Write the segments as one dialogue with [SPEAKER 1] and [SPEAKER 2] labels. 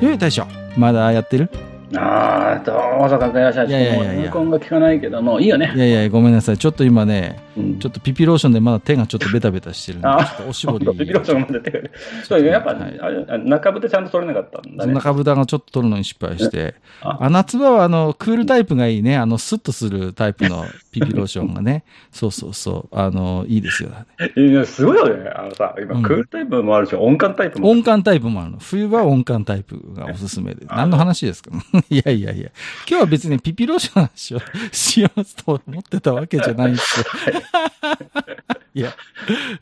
[SPEAKER 1] よい大将まだやってる
[SPEAKER 2] ああ、どうぞかくいらっしゃい。
[SPEAKER 1] いやいやいやいや
[SPEAKER 2] もうエアコンが効かないけど、もういいよね。
[SPEAKER 1] いやいやごめんなさいちょっと今ね
[SPEAKER 2] うん
[SPEAKER 1] ちょっとピピローションでまだ手がちょっとベタベタしてるんでちょ
[SPEAKER 2] あ
[SPEAKER 1] っとおしぼり
[SPEAKER 2] ビビローションが出てくる。そうやっぱ、
[SPEAKER 1] はい
[SPEAKER 2] あれあ中ぶてちゃんと取れなかったんだね。
[SPEAKER 1] 中ぶたがちょっと取るのに失敗して
[SPEAKER 2] あ
[SPEAKER 1] あ夏場はあのクールタイプがいいねあのスッとするタイプのピピローションがねそうそうそうあのいいですよ
[SPEAKER 2] いやすごいよね。あのさ、今、
[SPEAKER 1] うん
[SPEAKER 2] クールタイプもあるし、音感タイプもある
[SPEAKER 1] 音感タイプもあるの。冬は音感タイプがおすすめで。
[SPEAKER 2] あ
[SPEAKER 1] 何の話ですか いやいやいや。今日は別にピピローションの話をしようと思ってたわけじゃないんですよ。 いや、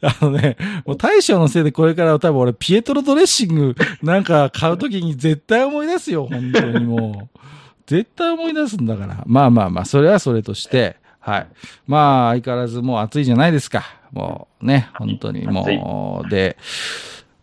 [SPEAKER 1] あのね、もう大将のせいでこれから多分俺ピエトロドレッシングなんか買うときに絶対思い出すよ。本当にもう。 絶対思い出すんだから。まあまあまあ、それはそれとして。はい。まあ、相変わらずもう暑いじゃないですか。もうね、本当にもう。で、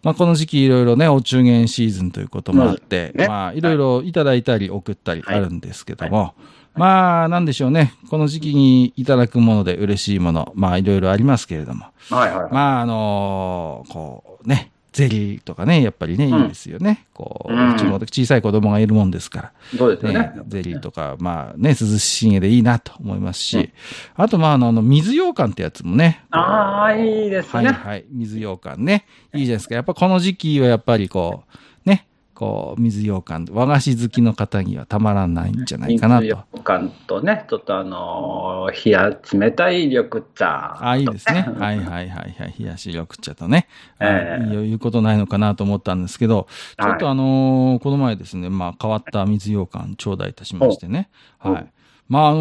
[SPEAKER 1] まあ、この時期いろいろね、お中元シーズンということもあって、
[SPEAKER 2] うんね
[SPEAKER 1] まあ、いろいろいただいたり送ったり
[SPEAKER 2] はい
[SPEAKER 1] あるんですけども、まあ、なんでしょうね。この時期にいただくもので嬉しいもの、まあ、いろいろありますけれども、
[SPEAKER 2] はいはいはい。
[SPEAKER 1] まあ、あのーこうね、ゼリーとかね、やっぱりね、いいですよね。こう、
[SPEAKER 2] うん
[SPEAKER 1] うちも小さい子供がいるもんですから。
[SPEAKER 2] そうですよね
[SPEAKER 1] ね。、ゼリーとか、まあね、涼しい家でいいなと思いますし、あと、まあ、あの、あの水羊羹ってやつもね。
[SPEAKER 2] ああ、いいです
[SPEAKER 1] はい
[SPEAKER 2] ね。
[SPEAKER 1] はい、水羊羹ね。いいじゃないですか。やっぱこの時期はやっぱりこう、ね、こう、水羊羹、和菓子好きの方にはたまらないんじゃないかなと。
[SPEAKER 2] 水感とね、ちょっとあのー冷や冷たい緑茶。
[SPEAKER 1] ああ、いいですね。 はいはいはいはい。冷やし緑茶とね。
[SPEAKER 2] ええ
[SPEAKER 1] いいよ言うことないのかなと思ったんですけど、ちょっとあのーこの前ですね、まあ変わった水羊羹頂戴いたしましてね。
[SPEAKER 2] お
[SPEAKER 1] は
[SPEAKER 2] お
[SPEAKER 1] い。まああの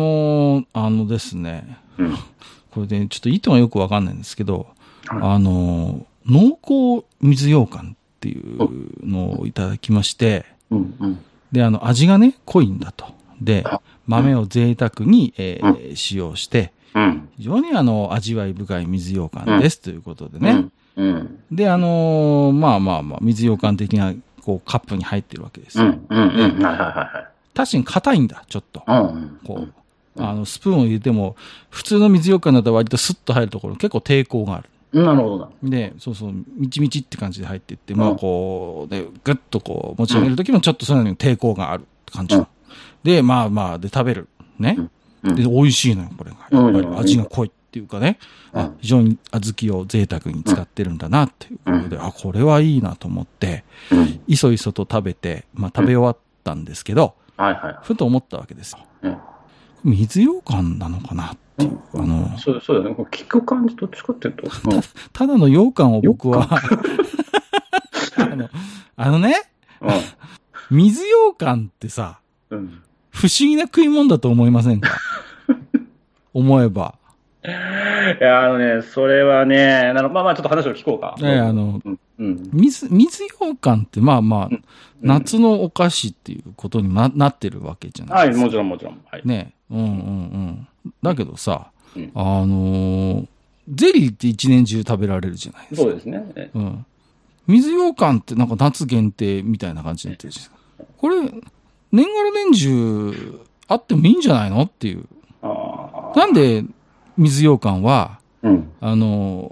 [SPEAKER 1] ーあのですね、
[SPEAKER 2] うん
[SPEAKER 1] これでちょっと意図がよくわかんないんですけど、
[SPEAKER 2] はい
[SPEAKER 1] あのー濃厚水羊羹っていうのをいただきまして、
[SPEAKER 2] うんうん。
[SPEAKER 1] で、あの、味がね、濃いんだと。で
[SPEAKER 2] あ、
[SPEAKER 1] 豆を贅沢に、えー使用して、
[SPEAKER 2] うん。
[SPEAKER 1] 非常にあの味わい深い水羊羹ですということでね。
[SPEAKER 2] うん。うん。
[SPEAKER 1] で、あのーまあまあまあ、水羊羹的なこうカップに入ってるわけです
[SPEAKER 2] う
[SPEAKER 1] よ。
[SPEAKER 2] ん。うん。うん。はいは
[SPEAKER 1] 確かに硬いんだ、ちょっと
[SPEAKER 2] い。はい。うん。
[SPEAKER 1] こう、あの、スプーンを入れても、普通の水羊羹だったら割とスッと入るところ、結構抵抗がある。
[SPEAKER 2] うん。なるほどな。
[SPEAKER 1] で、そうそう、みちみちって感じで入っていって、ま
[SPEAKER 2] う
[SPEAKER 1] あ
[SPEAKER 2] ん
[SPEAKER 1] こう、で、ぐっとこう、持ち上げるときもちょっとそれなりに抵抗がある感じの。
[SPEAKER 2] うん
[SPEAKER 1] で、まあまあ、で、食べる。ね。
[SPEAKER 2] うん
[SPEAKER 1] で、美味しいのよ、これが。やっぱり味が濃いっていうかね。
[SPEAKER 2] うん
[SPEAKER 1] あ非常に小豆を贅沢に使ってるんだな、っていうことで、あ、これはいいなと思って、
[SPEAKER 2] うん。
[SPEAKER 1] いそいそと食べて、まあ食べ終わったんですけど、
[SPEAKER 2] はいはいは
[SPEAKER 1] ふと思ったわけですよ。
[SPEAKER 2] い。うん
[SPEAKER 1] 水羊羹なのかなっていう、あの、
[SPEAKER 2] そうそうだよね。こう聞く感じどっちかっていう と。うん
[SPEAKER 1] ただの羊羹を僕は、 あの、あのね、水羊羹ってさ、
[SPEAKER 2] うん。うん。
[SPEAKER 1] 不思議な食い物だと思いませんか思え ば。
[SPEAKER 2] いや、あのね、それはね、あのまあまあ、ちょっと話を聞こうか。
[SPEAKER 1] ええあの、
[SPEAKER 2] うん。うん。
[SPEAKER 1] 水、水羊羹ってまあまあ
[SPEAKER 2] うん、
[SPEAKER 1] 夏のお菓子っていうことにななってるわけじゃな
[SPEAKER 2] はいい、
[SPEAKER 1] ですか。
[SPEAKER 2] もちろんもちろん。はい。
[SPEAKER 1] ね。うんうんうん。だけどさ、
[SPEAKER 2] うん
[SPEAKER 1] あのーゼリーって一年中食べられるじゃないですか。
[SPEAKER 2] そうですね。え
[SPEAKER 1] うん。水羊羹ってなんか夏限定みたいな感じになってるじゃないですか。これ、年がら年中あってもいいんじゃないのっていう。
[SPEAKER 2] ああ。
[SPEAKER 1] なんで水羊羹は、
[SPEAKER 2] うん。
[SPEAKER 1] あの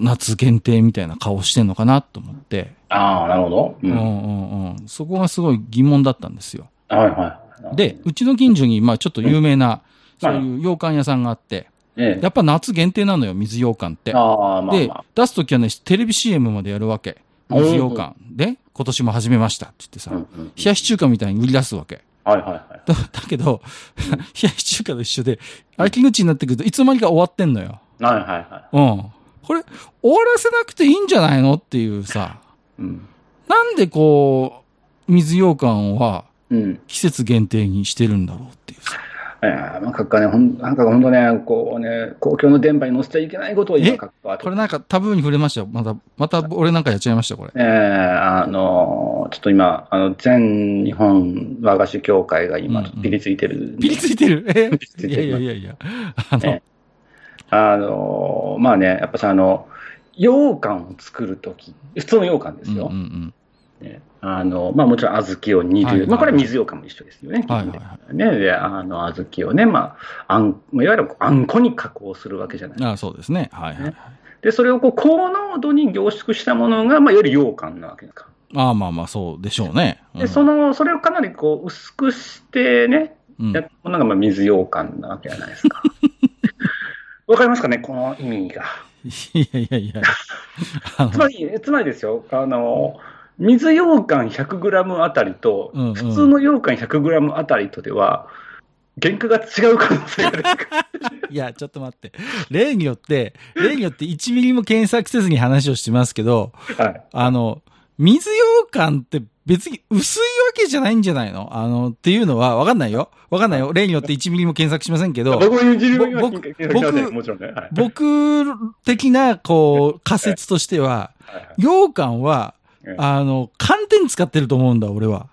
[SPEAKER 1] ー夏限定みたいな顔してんのかなと思って、
[SPEAKER 2] ああ、なるほど。う。
[SPEAKER 1] うんんう
[SPEAKER 2] はい
[SPEAKER 1] んうん、そこがすごい疑問だったんですよ。
[SPEAKER 2] はい。
[SPEAKER 1] で、うちの近所に、まあちょっと有名な、そういう羊羹屋さんがあって、
[SPEAKER 2] え
[SPEAKER 1] やっぱ夏限定なのよ、水羊羹って。
[SPEAKER 2] え。ああ、まあ
[SPEAKER 1] で
[SPEAKER 2] まあ。、
[SPEAKER 1] 出すときはね、テレビ CM までやるわけ。
[SPEAKER 2] うん
[SPEAKER 1] 水羊羹で、今年も始めましたって言ってさ、
[SPEAKER 2] うん
[SPEAKER 1] 冷
[SPEAKER 2] うん
[SPEAKER 1] やし中華みたいに売り出すわけ。
[SPEAKER 2] はいはいはい。
[SPEAKER 1] だだけど、 冷やし中華と一緒で、秋口になってくるといつの間にか終わってんのよ。
[SPEAKER 2] はいはいは
[SPEAKER 1] うん。これ、終わらせなくていいんじゃないのっていうさ、
[SPEAKER 2] い。うん。
[SPEAKER 1] なんでこう、水羊羹は
[SPEAKER 2] うん。
[SPEAKER 1] 季節限定にしてるんだろうっていうさ。
[SPEAKER 2] あいやーまあ、閣下ね、ほん、なんか本当ね、こうね、公共の電波に乗せちゃいけないことを今、
[SPEAKER 1] え
[SPEAKER 2] 閣下は
[SPEAKER 1] これなんかタブーに触れましたよ。また、また俺なんかやっちゃいましたよ、これ。
[SPEAKER 2] えー、あのーちょっと今、あの、全日本和菓子協会が今、
[SPEAKER 1] うん
[SPEAKER 2] ちょっとピリついてる。
[SPEAKER 1] ピリついてるえ
[SPEAKER 2] つ
[SPEAKER 1] い
[SPEAKER 2] いてる
[SPEAKER 1] やいやいやいや。あの
[SPEAKER 2] え、あのーまあね、やっぱさ、あの、羊羹を作るとき、普通の羊羹で
[SPEAKER 1] う
[SPEAKER 2] す
[SPEAKER 1] んうん
[SPEAKER 2] よ。
[SPEAKER 1] うん。
[SPEAKER 2] ねあの、まあもちろん小豆を煮る。
[SPEAKER 1] はいはい
[SPEAKER 2] まあこれは水羊羹も一緒ですよね。
[SPEAKER 1] はいはいは
[SPEAKER 2] ね、で、あの、小豆をね、まあ、あん、まあいわゆるあんこに加工するわけじゃない。
[SPEAKER 1] ああそうですね。はいはいはい。
[SPEAKER 2] で、それをこう、高濃度に凝縮したものが、まあ、いわゆる羊羹なわけですか。
[SPEAKER 1] ああまあまあ、そうでしょうね。う
[SPEAKER 2] で、
[SPEAKER 1] ん
[SPEAKER 2] その、それをかなりこう、薄くしてね、
[SPEAKER 1] うん
[SPEAKER 2] やったものが、まあ、水羊羹なわけじゃない ですか。わかりますかね、この意味が。
[SPEAKER 1] いやいやいや。あ
[SPEAKER 2] つ
[SPEAKER 1] の
[SPEAKER 2] まり、つまりですよ、あの、水羊羹 100g あたりと、
[SPEAKER 1] うんうん
[SPEAKER 2] 普通の羊羹 100g あたりとでは、原価が違う可能性が ある。
[SPEAKER 1] いや、ちょっと待って。例によって、例によって1ミリも検索せずに話をしてますけど、
[SPEAKER 2] はい。
[SPEAKER 1] あの、水羊羹って別に薄いわけじゃないんじゃないのあの、っていうのは、わかんないよ。わかんないよ。例によって1ミリも検索しませんけど、
[SPEAKER 2] 僕も自分は
[SPEAKER 1] 僕
[SPEAKER 2] 金額がね
[SPEAKER 1] 僕
[SPEAKER 2] もちろんね。はい
[SPEAKER 1] 僕的な、こう、仮説としては、
[SPEAKER 2] はいはい
[SPEAKER 1] 羊羹は
[SPEAKER 2] ええ、
[SPEAKER 1] あの、寒天使ってると思うんだ、俺は。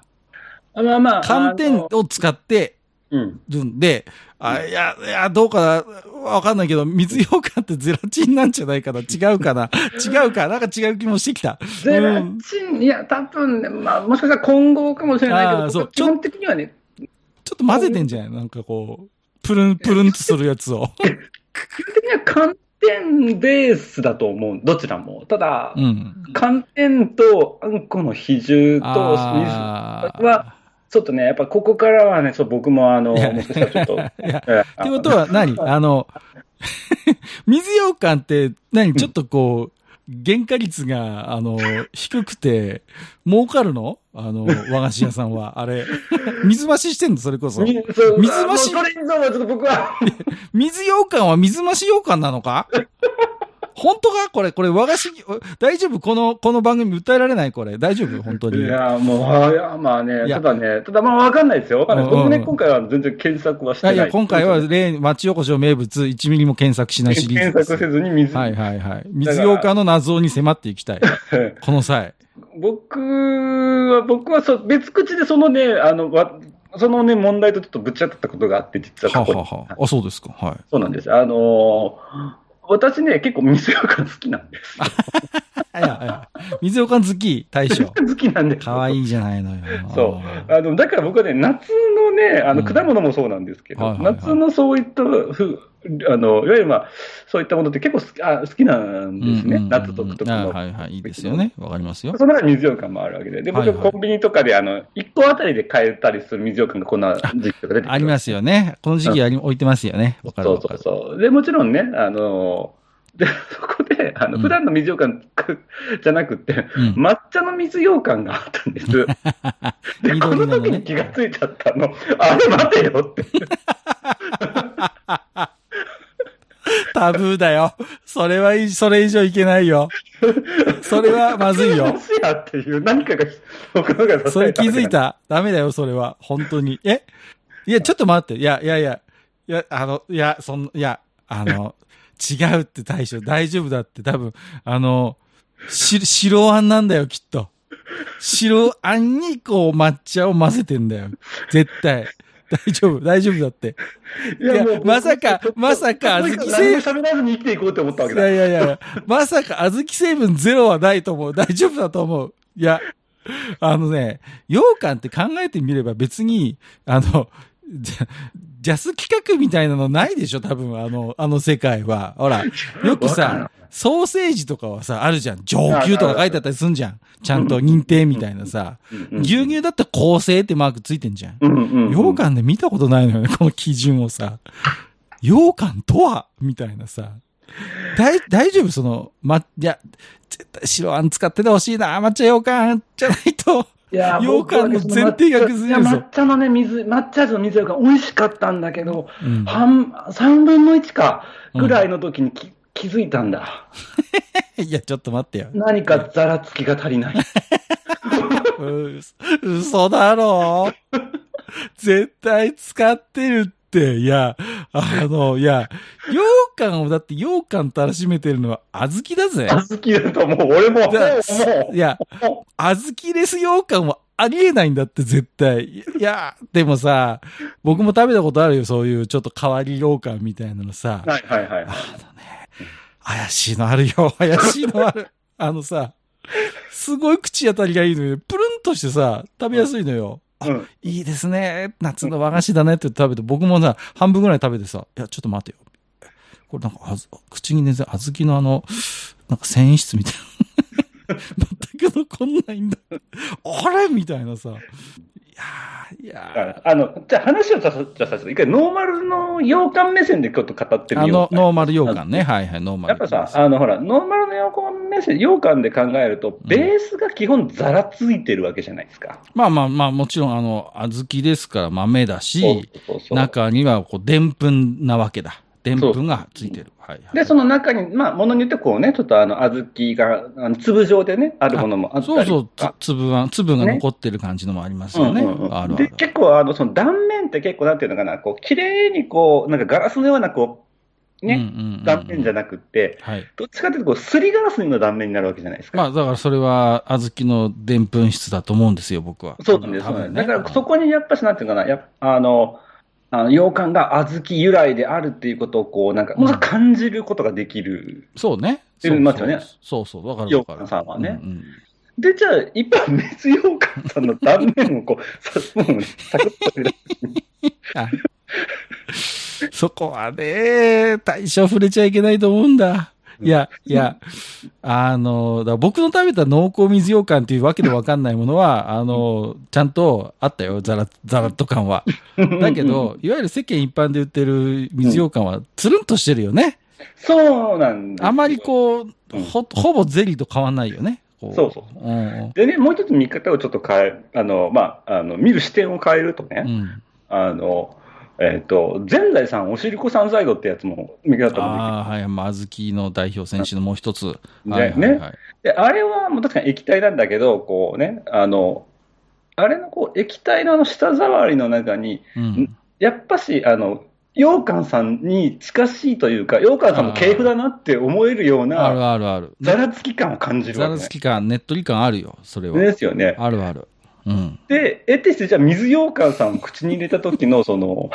[SPEAKER 2] あまあまあ、
[SPEAKER 1] 寒
[SPEAKER 2] あ
[SPEAKER 1] 天
[SPEAKER 2] の
[SPEAKER 1] を使って
[SPEAKER 2] うん。
[SPEAKER 1] るんで、あ、いや、いや、どうかな、わかんないけど、水羊羹ってゼラチンなんじゃないかな、違うか な、違うか、なんか違う気もしてきた。
[SPEAKER 2] ゼラチン、いや、多分ね、まあ、もしかしたら混合かもしれないけ
[SPEAKER 1] あー
[SPEAKER 2] ど、
[SPEAKER 1] そう
[SPEAKER 2] 僕基本的にはね、
[SPEAKER 1] ちょっと混ぜてんじゃないなんかこう、プルンプルンとするやつを。
[SPEAKER 2] 基本的には寒天ベースだと思う、どちらも。ただ、
[SPEAKER 1] うん。
[SPEAKER 2] 寒天とあんこの比重と、
[SPEAKER 1] あー
[SPEAKER 2] はちょっとね、やっぱここからはね、そう僕もあの、
[SPEAKER 1] いや
[SPEAKER 2] もしかしたらちょっと。
[SPEAKER 1] いや、
[SPEAKER 2] え
[SPEAKER 1] ってことは何、あの、 水羊羹って何、ちょっとこう、原価率が、あの、低くて、儲かるのあの、和菓子屋さんは。あれ。水増ししてんのそれこそ。
[SPEAKER 2] みそう
[SPEAKER 1] 水
[SPEAKER 2] あ
[SPEAKER 1] 増し
[SPEAKER 2] もうそれ以上はちょっと僕は、
[SPEAKER 1] 水羊羹は水増し羊羹なの か本当かこれ、これ和菓子、大丈夫この、この番組訴えられないこれ。大丈夫本当
[SPEAKER 2] い
[SPEAKER 1] に。
[SPEAKER 2] や、もう、いや、まあね、
[SPEAKER 1] いや
[SPEAKER 2] ただね、ただまあわかんないですよ。わかんないです。僕
[SPEAKER 1] うん
[SPEAKER 2] ね、
[SPEAKER 1] うん
[SPEAKER 2] 今回は全然検索はして
[SPEAKER 1] あ
[SPEAKER 2] ないい。
[SPEAKER 1] や、今回は、例、町横丁名物、1ミリも検索しないシリーズ
[SPEAKER 2] 検
[SPEAKER 1] です。
[SPEAKER 2] 索せずに水、
[SPEAKER 1] はいはいはい。水羊羹の謎に迫っていきたい。この 際。
[SPEAKER 2] 僕は、僕はそう別口でそのね、あの、わそのね、問題とちょっとぶち当たったことがあって、実は
[SPEAKER 1] は
[SPEAKER 2] 過去
[SPEAKER 1] は
[SPEAKER 2] に。
[SPEAKER 1] はあ、そうですか。はい。
[SPEAKER 2] そうなんです。あのー私ね、結構水羊羹好きなんです。
[SPEAKER 1] はいはい。 水羊羹好き、大将。
[SPEAKER 2] 好きなんです。
[SPEAKER 1] かわいいじゃないのよ。
[SPEAKER 2] そう
[SPEAKER 1] あー
[SPEAKER 2] あのだから僕はね、夏のね、あ
[SPEAKER 1] う
[SPEAKER 2] の
[SPEAKER 1] ん
[SPEAKER 2] 果物もそうなんですけど、
[SPEAKER 1] はいはいはい
[SPEAKER 2] 夏のそういったふあの、いわゆる、まあ、そういったものって結構好きあ好きなんですね、
[SPEAKER 1] うんうんうん
[SPEAKER 2] 夏独特
[SPEAKER 1] あ
[SPEAKER 2] の。
[SPEAKER 1] はいはい。いいですよね。わかりますよ。
[SPEAKER 2] その中に水羊羹もあるわけで、で僕
[SPEAKER 1] はいはい
[SPEAKER 2] コンビニとかであの1個あたりで買えたりする水羊羹がこんな時期とか出てくる
[SPEAKER 1] ありますよね。この時期あり置いてますよね。わかる
[SPEAKER 2] そ
[SPEAKER 1] わ
[SPEAKER 2] う
[SPEAKER 1] か
[SPEAKER 2] そう
[SPEAKER 1] る。
[SPEAKER 2] そう。で、もちろんね、あの で、そこで、あの、
[SPEAKER 1] うん
[SPEAKER 2] 普段の水羊羹 くじゃなくって、
[SPEAKER 1] うん。
[SPEAKER 2] 抹茶の水羊羹があったんです。 で、
[SPEAKER 1] 緑
[SPEAKER 2] こ
[SPEAKER 1] なの
[SPEAKER 2] の
[SPEAKER 1] ね
[SPEAKER 2] 時に気がついちゃったの。あれ待てよって。
[SPEAKER 1] タブーだよ。それはいい、それ以上いけないよ。それはまずいよ。
[SPEAKER 2] 私やっていう何かが、僕の が
[SPEAKER 1] それ気づい。た。ダメだよ、それは。本当に。えいや、ちょっと待って。いや、いやいや。いや、あの、いや、そん、いや、あの、違うって大将、大丈夫だって多分、あの、し、白あんなんだよ、きっと。白あんにこう抹茶を混ぜてんだよ。絶対。大丈夫、大丈夫だって。
[SPEAKER 2] い
[SPEAKER 1] いやまさかまさか小
[SPEAKER 2] 小豆
[SPEAKER 1] 豆
[SPEAKER 2] 製
[SPEAKER 1] 製
[SPEAKER 2] 何も喋らずに生きていこうって思ったわけ
[SPEAKER 1] い
[SPEAKER 2] だ。
[SPEAKER 1] やいやいや、まさか小豆成分ゼロはないと思う。大丈夫だと思う。いや、あのね、羊羹って考えてみれば別に、あの、ジャジャス企画みたいなのないでしょ多分、あの、あの世界は。ほら、よく
[SPEAKER 2] わかんな
[SPEAKER 1] さ
[SPEAKER 2] い、
[SPEAKER 1] ソーセージとかはさ、あるじゃん。上級とか書いてあったりすんじゃん。ちゃんと認定みたいなさ。
[SPEAKER 2] うんうん
[SPEAKER 1] 牛乳だって構成ってマークついてんじゃん。
[SPEAKER 2] うんうんうん。
[SPEAKER 1] 羊羹で見たことないのよね、 この基準をさ。羊羹とはみたいなさ。大、大丈夫その、ま、いや、絶対白あん使っててほしいな、抹茶羊羹じゃないと。
[SPEAKER 2] いや
[SPEAKER 1] 羊羹の前提が崩れるぞ
[SPEAKER 2] 僕はねその抹茶いや抹茶のね、水、抹茶味の水羊羹美味しかったんだけど、
[SPEAKER 1] うん
[SPEAKER 2] 半、3分の1か、ぐらいの時にき、気づいたんだ。
[SPEAKER 1] いや、ちょっと待ってよ。
[SPEAKER 2] 何かざらつきが足りない。
[SPEAKER 1] う嘘だろ絶対使ってるっって、いや、あの、いや、羊羹をだって羊羹たらしめてるのは小豆だぜ。
[SPEAKER 2] あずきだともう、俺も、もう、
[SPEAKER 1] だ
[SPEAKER 2] も
[SPEAKER 1] いや、
[SPEAKER 2] う、
[SPEAKER 1] 小豆レス羊羹はありえないんだって絶対。いや、でもさ、僕も食べたことあるよ、そういうちょっと変わり羊羹みたいなのさ。
[SPEAKER 2] はいはいはい。
[SPEAKER 1] あのね、怪しいのあるよ、 怪しいのある。あのさ、すごい口当たりがいいのよ。プルンとしてさ、食べやすいのよ。あ
[SPEAKER 2] うん
[SPEAKER 1] いいですね。夏の和菓子だねって言って食べて、僕もさ、半分ぐらい食べてさ、いや、ちょっと待てよ。これなんかあず、口にね、小豆のあの、なんか繊維質みたいな。 全く残んないんだ。あれみたいなさ。いやー、い
[SPEAKER 2] だ
[SPEAKER 1] や
[SPEAKER 2] か
[SPEAKER 1] ー。
[SPEAKER 2] らあの、じゃあ話をさせじゃあさせて、一回ノーマルの羊羹目線でちょっと語って
[SPEAKER 1] あ
[SPEAKER 2] みよ
[SPEAKER 1] の、
[SPEAKER 2] う。
[SPEAKER 1] ノーマル羊羹ね。はいはい、ノーマル。
[SPEAKER 2] やっぱさ、あのほら、ノーマルの羊羹目線、羊羹で考えると、ベースが基本ざらついてるわけじゃないですか。
[SPEAKER 1] まあまあまあ、もちろん、あの、小豆ですから豆だし、
[SPEAKER 2] そうそうそう
[SPEAKER 1] 中には、こう、でんぷんなわけだ。でんぷんがついてる。はい、はい。
[SPEAKER 2] で、その中に、まあ、ものによってこうね、ちょっとあの、小豆が、あの粒状でね、あるものもあった
[SPEAKER 1] そ
[SPEAKER 2] りとか。
[SPEAKER 1] うそう、つ粒が、粒が
[SPEAKER 2] ね
[SPEAKER 1] 残ってる感じのもありますよね。
[SPEAKER 2] うんうんうん
[SPEAKER 1] あるあ
[SPEAKER 2] で
[SPEAKER 1] る。
[SPEAKER 2] 結構あのその断面って結構なんていうのかな、こう綺麗にこうなんかガラスのようなこう、ね
[SPEAKER 1] うんうんうん
[SPEAKER 2] 断面じゃなくって、
[SPEAKER 1] はい。
[SPEAKER 2] どっちかというとこうすりガラスのような断面になるわけじゃないですか。
[SPEAKER 1] まあ、だからそれは、小豆のでんぷん質だと思うんですよ、僕は。
[SPEAKER 2] そうなんです、
[SPEAKER 1] 多
[SPEAKER 2] そうな
[SPEAKER 1] 分
[SPEAKER 2] んです
[SPEAKER 1] ね
[SPEAKER 2] だからそこにやっぱしなんていうのかな、やっぱあのあの羊羹が小豆由来であるっていうことをこうなんか、もうそれ感じることができる。
[SPEAKER 1] そうね。
[SPEAKER 2] っていうのもあるよね
[SPEAKER 1] そうそう、わかるわかる。
[SPEAKER 2] 羊羹さんはね
[SPEAKER 1] うんうん
[SPEAKER 2] で、じゃあ、一般別羊羹さんの断面をこう、さもうねサクッと入れて
[SPEAKER 1] はいそこはね、対象触れちゃいけないと思うんだ。いや、いや、あの、だから僕の食べた濃厚水羊羹っていうわけでわかんないものは、あの、ちゃんとあったよ、ザラ、ザラッと感 は。だけど、いわゆる世間一般で売ってる水羊羹は、つるんとしてるよね。
[SPEAKER 2] そうなんですよ
[SPEAKER 1] あまりこう、
[SPEAKER 2] うん
[SPEAKER 1] ほ、ほぼゼリーと変わんないよね。こ。
[SPEAKER 2] そうそう
[SPEAKER 1] うん。
[SPEAKER 2] でね、もう一つ見方をちょっと変え、あの、まあ、あの、見る視点を変えると
[SPEAKER 1] う
[SPEAKER 2] ね、
[SPEAKER 1] ん。
[SPEAKER 2] あの、えっ、と、ぜんざいさん、おしりこさんサイドってやつも見方も
[SPEAKER 1] ああ、はい、まあ小豆の代表選手のもう一つ。
[SPEAKER 2] でき
[SPEAKER 1] はい
[SPEAKER 2] て、
[SPEAKER 1] はい
[SPEAKER 2] ね。
[SPEAKER 1] はい。
[SPEAKER 2] で、あれはもう確かに液体なんだけど、こうね、あの、あれのこう、液体のあの舌触りの中に、
[SPEAKER 1] うん。
[SPEAKER 2] やっぱし、あの、羊羹さんに近しいというか、羊羹さんの系譜だなって思えるよう
[SPEAKER 1] あ
[SPEAKER 2] な、
[SPEAKER 1] るあるある。
[SPEAKER 2] ざらつき感を感じる
[SPEAKER 1] ザ
[SPEAKER 2] わ
[SPEAKER 1] ラ
[SPEAKER 2] け、
[SPEAKER 1] つ
[SPEAKER 2] ね。
[SPEAKER 1] き感、ねっとり感あるよ、それは。
[SPEAKER 2] ですよね。
[SPEAKER 1] あるある。うん。
[SPEAKER 2] で、えってして、じゃあ水羊羹さんを口に入れた時の、その、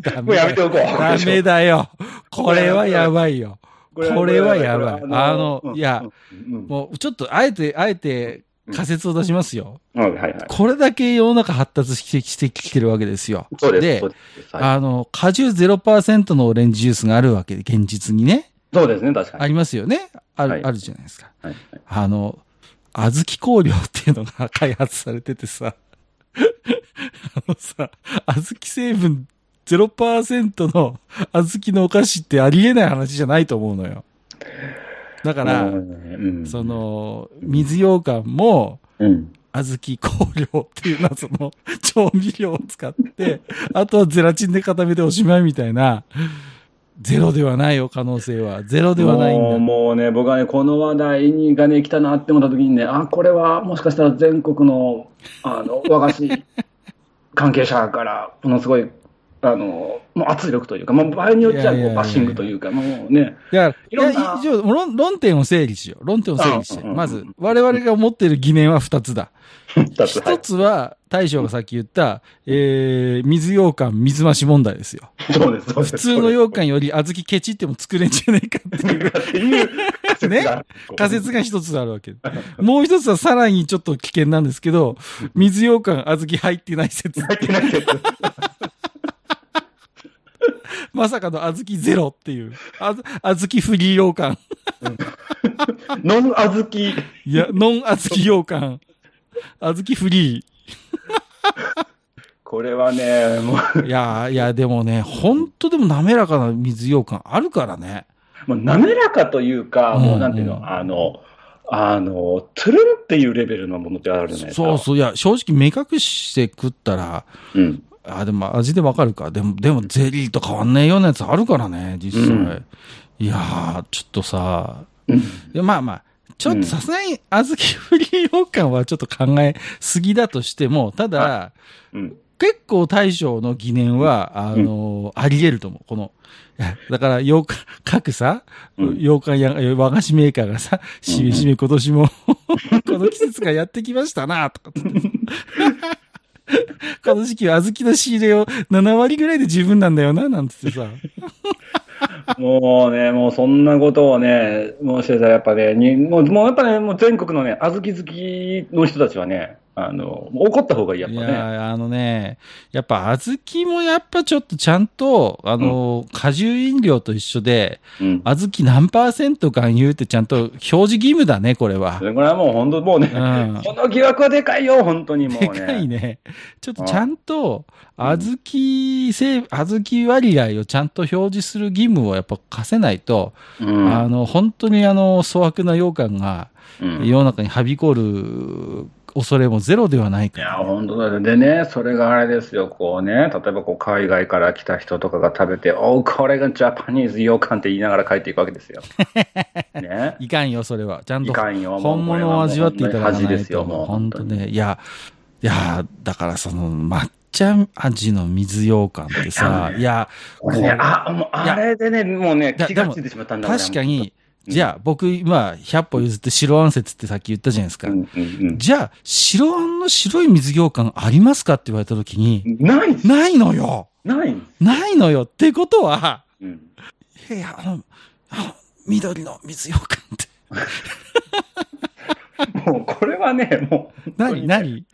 [SPEAKER 1] ダ
[SPEAKER 2] もうやめておこう。
[SPEAKER 1] ダメだ よ。これはやばいよ。これはやばい
[SPEAKER 2] これ
[SPEAKER 1] あのいや、
[SPEAKER 2] うんうん
[SPEAKER 1] もう、ちょっと、あえて、あえて、仮説を出しますよ。
[SPEAKER 2] うんはいはい。
[SPEAKER 1] これだけ世の中発達してしてきてるわけですよ。
[SPEAKER 2] そうです。そうですはい
[SPEAKER 1] あの、果汁0%のオレンジジュースがあるわけで、現実にね。
[SPEAKER 2] そうですね、確か
[SPEAKER 1] あ
[SPEAKER 2] に。
[SPEAKER 1] りますよね。ある、
[SPEAKER 2] はい
[SPEAKER 1] あるじゃないですか。
[SPEAKER 2] はい
[SPEAKER 1] あの、小豆香料っていうのが開発されててさ、 あのさ、小豆成分0%の小豆のお菓子ってありえない話じゃないと思うのよ。だから、
[SPEAKER 2] うん
[SPEAKER 1] そ、の、水羊羹も、
[SPEAKER 2] うん
[SPEAKER 1] 小豆香料っていうのはその調味料を使って、あとはゼラチンで固めておしまいみたいな、ゼロではないよ、可能性は。ゼロではないんだ
[SPEAKER 2] もうもうね、僕はね、この話題にがね、来たなって思った時にね、あ、これはもしかしたら全国の、あの、和菓子関係者から、ものすごい、あの、もう圧力というか、もう場合によってはい
[SPEAKER 1] やいやいやい
[SPEAKER 2] こう
[SPEAKER 1] や
[SPEAKER 2] バッシングというか、もうね、
[SPEAKER 1] だか
[SPEAKER 2] い
[SPEAKER 1] ら、
[SPEAKER 2] ろ
[SPEAKER 1] い
[SPEAKER 2] ん
[SPEAKER 1] や
[SPEAKER 2] な
[SPEAKER 1] 以上、論論点を整理しよう。論点を整理して。
[SPEAKER 2] うんうんうん
[SPEAKER 1] まず、我々が持っている疑念は二つだ。
[SPEAKER 2] 一
[SPEAKER 1] 一つは、大将がさっき言った、えー、水羊羹、水増し問題 ですよ。
[SPEAKER 2] そうです、そうです。
[SPEAKER 1] 普通の羊羹より小豆ケチっても作れんじゃねえか っていう
[SPEAKER 2] っていう仮説がある
[SPEAKER 1] 仮説が一つあるわけ。もう一つはさらにちょっと危険なんですけ ど、水羊羹、小豆入ってない説。
[SPEAKER 2] 入ってないけど
[SPEAKER 1] まさかの小豆ゼロっていう。あず小豆フリー羊羹。
[SPEAKER 2] ノン小豆。
[SPEAKER 1] い や、ノン小豆羊羹。小豆フリー。
[SPEAKER 2] これはね、も う、
[SPEAKER 1] いやー、いや、でもね、ほんとでも滑らかな水羊羹あるからね。
[SPEAKER 2] もう滑らかというか、
[SPEAKER 1] うん
[SPEAKER 2] もうなんていうの、あの、あの、トゥルンっていうレベルのものってあるじゃないですか。
[SPEAKER 1] そうそう、いや、正直目隠して食ったら、
[SPEAKER 2] う。ん。
[SPEAKER 1] あ、でも味でわかるか。でも、でもゼリーと変わんねえようなやつあるからね、実際。
[SPEAKER 2] うん
[SPEAKER 1] いやー、ちょっとさ、
[SPEAKER 2] うん
[SPEAKER 1] いやまあまあ、ちょっとさすがに、小豆フリー羊羹はちょっと考えすぎだとしても、ただ、
[SPEAKER 2] うん。
[SPEAKER 1] 結構大将の疑念は、あの、あり得ると思う。この、 いやだから、洋館、各さ、
[SPEAKER 2] うん
[SPEAKER 1] 洋館や和菓子メーカーがさ、しめしめ今年も、 この季節がやってきましたな、とかっつって。この時期は小豆の仕入れを7割ぐらいで十分なんだよな、なんつってさ。
[SPEAKER 2] もうね、もうそんなことをね、もうしてたらやっぱね、にもうもうやっぱね、もう全国のね、小豆好きの人たちはね、あの、もう怒った方がいい、やっ
[SPEAKER 1] い
[SPEAKER 2] ぱ
[SPEAKER 1] や
[SPEAKER 2] ね。
[SPEAKER 1] ーあのね、やっぱ小豆もやっぱちょっとちゃんと、あの、果汁飲料と一緒で、
[SPEAKER 2] うん。
[SPEAKER 1] 小豆何パーセントか言うってちゃんと表示義務だね、これは
[SPEAKER 2] そ。れこれはもう本当、もうね、
[SPEAKER 1] うん
[SPEAKER 2] この疑惑はでかいよ、本当にもう
[SPEAKER 1] で
[SPEAKER 2] ね。
[SPEAKER 1] かいね。ちょっとちゃんと、小豆成、小豆割合をちゃんと表示する義務をやっぱ課せないと、
[SPEAKER 2] うん。
[SPEAKER 1] あの、本当にあの、粗悪な羊羹が
[SPEAKER 2] うん
[SPEAKER 1] 世の中にはびこる恐れもゼロではない
[SPEAKER 2] い
[SPEAKER 1] か
[SPEAKER 2] や、
[SPEAKER 1] ら。
[SPEAKER 2] 本当だよ。でね、それがあれですよ、こうね、例えばこう海外から来た人とかが食べて、おう、これがジャパニーズ羊羹って言いながら帰っていくわけです よ。ね。
[SPEAKER 1] いかんよ、それは。ちゃん
[SPEAKER 2] い
[SPEAKER 1] と
[SPEAKER 2] かんよ。もう
[SPEAKER 1] 本物を味わっていただか
[SPEAKER 2] これは
[SPEAKER 1] な
[SPEAKER 2] もう本当に恥
[SPEAKER 1] い
[SPEAKER 2] ですよ、
[SPEAKER 1] と。
[SPEAKER 2] もう。
[SPEAKER 1] 本当。ね。いや、いや、だからその、抹茶味の水羊羹ってさ、いや、
[SPEAKER 2] 俺ね、あ、もう
[SPEAKER 1] いや
[SPEAKER 2] あれでね、もうね
[SPEAKER 1] い、や
[SPEAKER 2] 気がついてしまったんだ
[SPEAKER 1] 確か。に、
[SPEAKER 2] うん
[SPEAKER 1] じゃあ僕、今、100歩譲って白あん説ってさっき言ったじゃないですか
[SPEAKER 2] 俺。もうんうん
[SPEAKER 1] じゃあ、白あんの白い水羊羹ありますかって言われた時に
[SPEAKER 2] う、ん。ないんです
[SPEAKER 1] ないのよ
[SPEAKER 2] ないんです
[SPEAKER 1] ないのよってことは、
[SPEAKER 2] うん。
[SPEAKER 1] いやいや、あの、あの緑の水羊羹って、
[SPEAKER 2] もうこれはね、もう。
[SPEAKER 1] 何何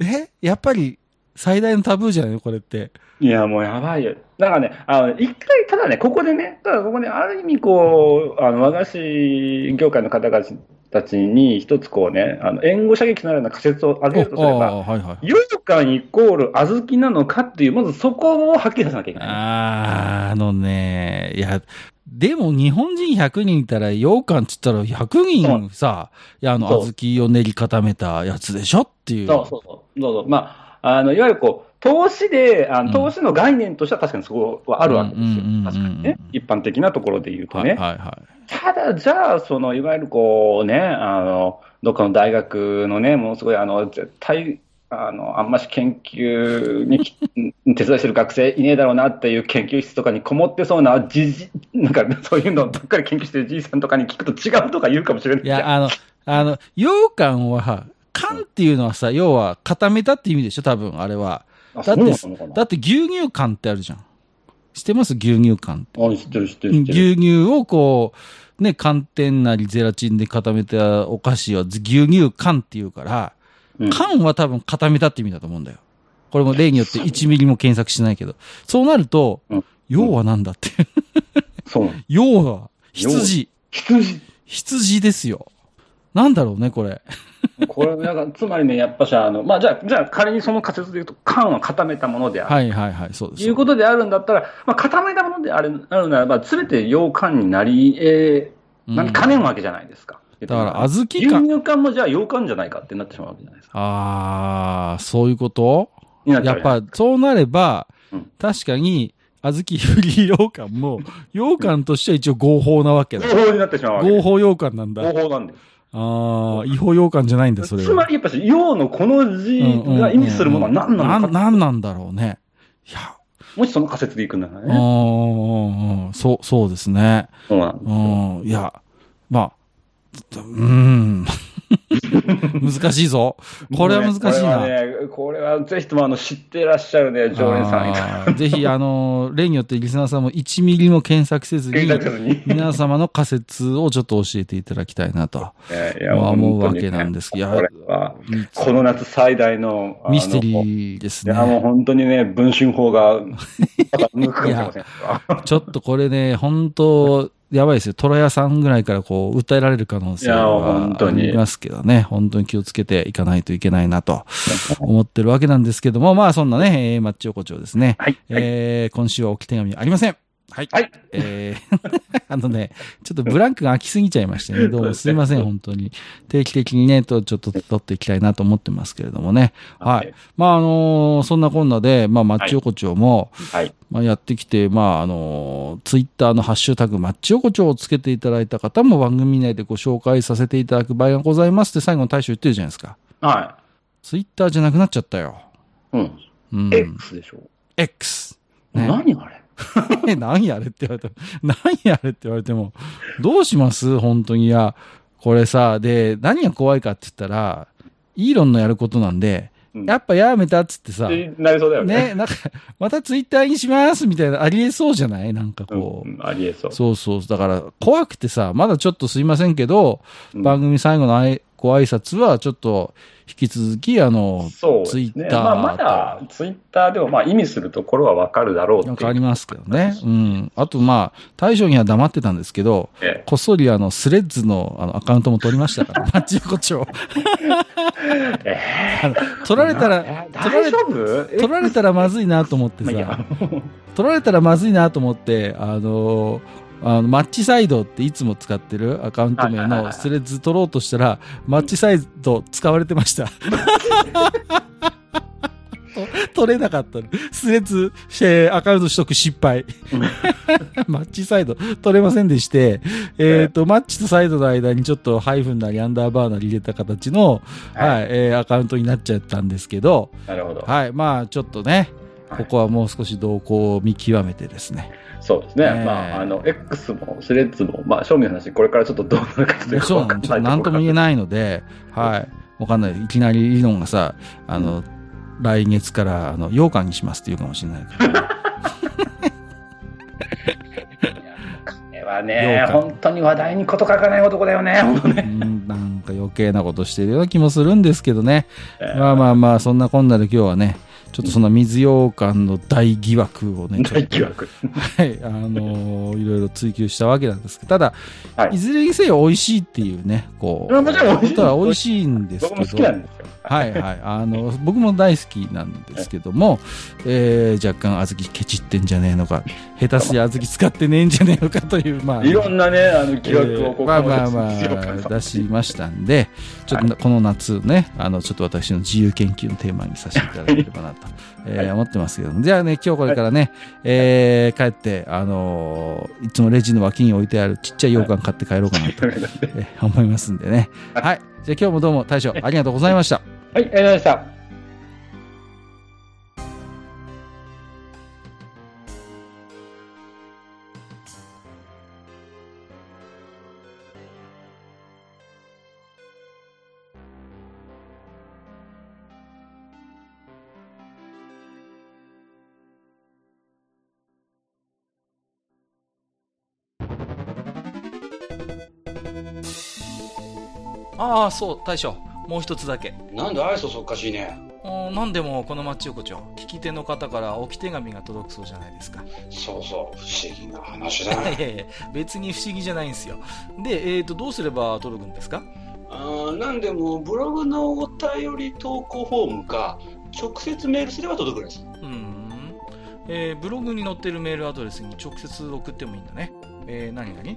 [SPEAKER 1] えやっぱり、最大のタブーじゃないのこれって。
[SPEAKER 2] いや、もうやばいよ。だからね、あの、一回、ただね、ここでね、ただここで、ある意味、こう、あの、和菓子業界の方々たちに、一つこうね、あの、援護射撃となるような仮説を挙げるとすれ
[SPEAKER 1] お
[SPEAKER 2] ば、
[SPEAKER 1] あーはいはい。
[SPEAKER 2] ようかんイコール小豆なのかっていう、まずそこをはっきりさせなきゃいけない。
[SPEAKER 1] あーあのね、いや、でも日本人100人いたら、羊羹っつったら100人さ、いや、あの、
[SPEAKER 2] そう
[SPEAKER 1] 小豆を練り固めたやつでしょっていう。
[SPEAKER 2] そうそうそう。どうぞ。まあ、あの、いわゆるこう、投資で、あ
[SPEAKER 1] うん
[SPEAKER 2] の投資の概念としては確かにそこはあるわけですよ
[SPEAKER 1] うんうんうんう。ん
[SPEAKER 2] 確かにね。一般的なところで言うと
[SPEAKER 1] はい
[SPEAKER 2] ね。
[SPEAKER 1] はいは
[SPEAKER 2] ただ、じゃあ、そのいわゆるこうね、あのどっかの大学のね、ものすごいあの絶対あの、あんまし研究にん手伝いしてる学生いねえだろうなっていう研究室とかにこもってそうな、じじなんかそういうのばっかり研究してるじいさんとかに聞くと違うとか言うかもしれない
[SPEAKER 1] い。い
[SPEAKER 2] じゃん
[SPEAKER 1] や、あの、あの、羊羹は、缶っていうのはさ、要は固めたって意味でしょ多分、あれは。
[SPEAKER 2] あ
[SPEAKER 1] だっ
[SPEAKER 2] そう
[SPEAKER 1] て
[SPEAKER 2] なのかな
[SPEAKER 1] だって牛乳缶ってあるじゃん。知ってます牛乳缶。
[SPEAKER 2] あ知ってる、知ってる、知ってる。
[SPEAKER 1] 牛乳をこう、ね、寒天なりゼラチンで固めたお菓子は牛乳缶っていうから、
[SPEAKER 2] うん
[SPEAKER 1] 缶は多分固めたって意味だと思うんだよ。これも例によって1ミリも検索しないけど。そうなると
[SPEAKER 2] うん、
[SPEAKER 1] 要はなんだって。
[SPEAKER 2] そうなの
[SPEAKER 1] 要は、羊。
[SPEAKER 2] 羊
[SPEAKER 1] 羊ですよ。なんだろうね、これ。
[SPEAKER 2] これなんかつまりね、やっぱしあの、まあ、じゃあ、じゃあ仮にその仮説で言うと、缶は固めたものである。
[SPEAKER 1] はいはいはい、そうです。
[SPEAKER 2] いうことであるんだったら、まあ、固めたものであるあるならば、すべて羊羹になり、え
[SPEAKER 1] うん
[SPEAKER 2] ー、なんかねんわけじゃないですか。だ
[SPEAKER 1] だから、小
[SPEAKER 2] 牛
[SPEAKER 1] 豆缶。
[SPEAKER 2] 乳缶もじゃあ羊羹じゃないかってなってしまうわけじゃないですか。
[SPEAKER 1] あー、そういうこと
[SPEAKER 2] になちゃ
[SPEAKER 1] や
[SPEAKER 2] う
[SPEAKER 1] っ
[SPEAKER 2] じゃない
[SPEAKER 1] ぱ、そうなれば
[SPEAKER 2] うん、
[SPEAKER 1] 確かに、小豆フリー羊羹も、羊羹としては一応合法なわけだ。
[SPEAKER 2] 合法になってしまうわけで
[SPEAKER 1] 合
[SPEAKER 2] す。
[SPEAKER 1] 法羊羹なんだ。
[SPEAKER 2] 合法なんです。
[SPEAKER 1] ああ、違法羊羹じゃないんだ、それ
[SPEAKER 2] つま
[SPEAKER 1] は。
[SPEAKER 2] りやっぱし、羊のこの字が意味するものは何なのか、
[SPEAKER 1] 何なんだろうね。いや、
[SPEAKER 2] もしその仮説でいくなら
[SPEAKER 1] うん
[SPEAKER 2] ね、
[SPEAKER 1] うんうん、そう、そうですね。
[SPEAKER 2] そうなんです
[SPEAKER 1] う
[SPEAKER 2] よ
[SPEAKER 1] ん、いや、まあ、うん。 難しいぞ。これは難しいな。
[SPEAKER 2] これはね、これはぜひともあの知ってらっしゃるね、常連さんに
[SPEAKER 1] あーぜひ、あの、例によってリスナーさんも1ミリも検索せずに
[SPEAKER 2] 検、索せずに。
[SPEAKER 1] 皆様の仮説をちょっと教えていただきたいなと
[SPEAKER 2] えー いや
[SPEAKER 1] 思うわけなんですけど、い
[SPEAKER 2] こ
[SPEAKER 1] や
[SPEAKER 2] れは、この夏最大の、あの
[SPEAKER 1] ミステリーです
[SPEAKER 2] いや、もう
[SPEAKER 1] ね。
[SPEAKER 2] 本当にね、文春 法が、向くかもしれません。
[SPEAKER 1] ちょっとこれね、本当やばいですよ。虎屋さんぐらいからこう、訴えられる可能性
[SPEAKER 2] いや
[SPEAKER 1] は
[SPEAKER 2] 本当
[SPEAKER 1] あ
[SPEAKER 2] に
[SPEAKER 1] りますけどね。本当に気をつけていかないといけないなと思ってるわけなんですけども、まあそんなね、えーマッチ横丁ですね。
[SPEAKER 2] はい。はい。
[SPEAKER 1] えー今週は置き手紙ありません。はい。
[SPEAKER 2] はい
[SPEAKER 1] えー あのね、ちょっとブランクが空きすぎちゃいましてね、どう
[SPEAKER 2] そう
[SPEAKER 1] も
[SPEAKER 2] です
[SPEAKER 1] す
[SPEAKER 2] ね
[SPEAKER 1] いません、本当に。定期的にね、と、ちょっと取っていきたいなと思ってますけれどもね。はい。まあ、あのーそんなこんなで、まあ、マッチ横丁も、
[SPEAKER 2] はい。
[SPEAKER 1] まあ、やってきて、まあ、あのーツイッターのハッシュタグ、マッチ横丁をつけていただいた方も番組内でご紹介させていただく場合がございますって最後の大将言ってるじゃないですか。
[SPEAKER 2] は
[SPEAKER 1] ツイッターじゃなくなっちゃったよ。
[SPEAKER 2] い。うん。
[SPEAKER 1] ううん。
[SPEAKER 2] X でしょ。
[SPEAKER 1] X。ね
[SPEAKER 2] 何あれ
[SPEAKER 1] え、何やれって言われても、 何やれって言われても、どうします本当に。いや、これさ、で、何が怖いかって言ったら、イーロンのやることなんで、
[SPEAKER 2] うん
[SPEAKER 1] やっぱやめたっつってさ、ね、
[SPEAKER 2] なりそうだよね。
[SPEAKER 1] なんか、またツイッターにしますみたいな、ありえそうじゃないなんかこ
[SPEAKER 2] う
[SPEAKER 1] う。
[SPEAKER 2] ん、ありえそう。
[SPEAKER 1] そうそう。だから、怖くてさ、まだちょっとすいませんけど、
[SPEAKER 2] うん
[SPEAKER 1] 番組最後のあいご挨拶は、ちょっと、引き続き、あの、
[SPEAKER 2] そう
[SPEAKER 1] ツイッターと
[SPEAKER 2] まあ、まだツイッターでもまあ意味するところはわかるだろうってい
[SPEAKER 1] なん
[SPEAKER 2] う
[SPEAKER 1] かありますけどね。うん。あと、まあ、大将には黙ってたんですけど、
[SPEAKER 2] え
[SPEAKER 1] こっそりあの、スレッズのあのアカウントも取りました から、マッチ横丁。
[SPEAKER 2] ええ
[SPEAKER 1] あの取られたら
[SPEAKER 2] え、
[SPEAKER 1] 取ら
[SPEAKER 2] 大
[SPEAKER 1] れ
[SPEAKER 2] 丈夫
[SPEAKER 1] 取られたらまずいなと思って
[SPEAKER 2] まあいいや
[SPEAKER 1] さ、取られたらまずいなと思って、あのーあのマッチサイドっていつも使ってるアカウント名
[SPEAKER 2] はいはいはいは
[SPEAKER 1] の
[SPEAKER 2] い
[SPEAKER 1] スレッズ取ろうとしたら、マッチサイド使われてました。 取れなかったの。スレッズ、えーアカウント取得失 敗。マッチサイド取れませんでして、えっ、と、マッチとサイドの間にちょっとハイフンなりアンダーバーなり入れた形の、
[SPEAKER 2] は
[SPEAKER 1] は
[SPEAKER 2] い
[SPEAKER 1] い、えーアカウントになっちゃったんですけど、
[SPEAKER 2] なるほど。
[SPEAKER 1] はい、まあちょっとね、
[SPEAKER 2] は
[SPEAKER 1] こ
[SPEAKER 2] い
[SPEAKER 1] こはもう少し動向を見極めてですね。
[SPEAKER 2] そうですね。
[SPEAKER 1] ねえ
[SPEAKER 2] まあ、あの、X も、スレッズも、まあ、正味の話、これからちょっとどうなるかというか
[SPEAKER 1] そう
[SPEAKER 2] わ
[SPEAKER 1] な
[SPEAKER 2] か
[SPEAKER 1] ん
[SPEAKER 2] ん
[SPEAKER 1] で
[SPEAKER 2] ない
[SPEAKER 1] す。なんとも言えないので、はい、わかんない。いきなり理論がさ、あの、来月から、あの、羊羹にしますって言うかもしれない から。
[SPEAKER 2] えはね、
[SPEAKER 1] ようか
[SPEAKER 2] 本当に話題に事欠かない男だよね、本当ね。
[SPEAKER 1] うんなんか余計なことしてるような気もするんですけどね。
[SPEAKER 2] えー
[SPEAKER 1] まあまあまあ、そんなこんなで今日はね、ちょっとその水羊羹の大疑惑をね、ちょっ
[SPEAKER 2] 大
[SPEAKER 1] と
[SPEAKER 2] 疑惑。
[SPEAKER 1] はい、 あのーいろいろ追求したわけなんですけど、ただ、
[SPEAKER 2] はい
[SPEAKER 1] い、ずれにせよ美味しいっていうね、こう、
[SPEAKER 2] まあもちろん美味しい
[SPEAKER 1] ことは美味しいんですけど、
[SPEAKER 2] 僕も好きなんですよ。
[SPEAKER 1] はいはい、あの、僕も大好きなんですけども、えー、若干小豆ケチってんじゃねえのか、下手すりゃ小豆使ってねえんじゃねえのかという、まあ、
[SPEAKER 2] いろんなね、あの、疑惑をこう、
[SPEAKER 1] えーまあまあま
[SPEAKER 2] この人に強く感
[SPEAKER 1] あ
[SPEAKER 2] じた
[SPEAKER 1] 出しましたんで、ちょっとこの夏ね、あの、ちょっと私の自由研究のテーマにさせていただければなと、えー思ってますけども、じゃあね、今日これからね、えー帰って、あのーいつもレジの脇に置いてあるちっちゃい羊羹買って帰ろうかなと、えー思いますんでね。はい。じゃあ今日もどうも大将ありがとうございました。
[SPEAKER 2] はい、ありがとうございました。
[SPEAKER 1] ああ、そう、大将。もう一つだけ。
[SPEAKER 3] なんで愛想そっかしいね
[SPEAKER 1] なんでもこの町横丁、聞き手の方から置き手紙が届くそうじゃないですか。
[SPEAKER 3] そうそう不思議な話だ
[SPEAKER 1] いやいや、別に不思議じゃないんですよ。で、えっ、と、どうすれば届くんですか
[SPEAKER 3] あーなんでもブログのお便り投稿フォームか直接メールすれば届くらしい
[SPEAKER 1] うん、えーブログに載ってるメールアドレスに直接送ってもいいんだね。えー、何何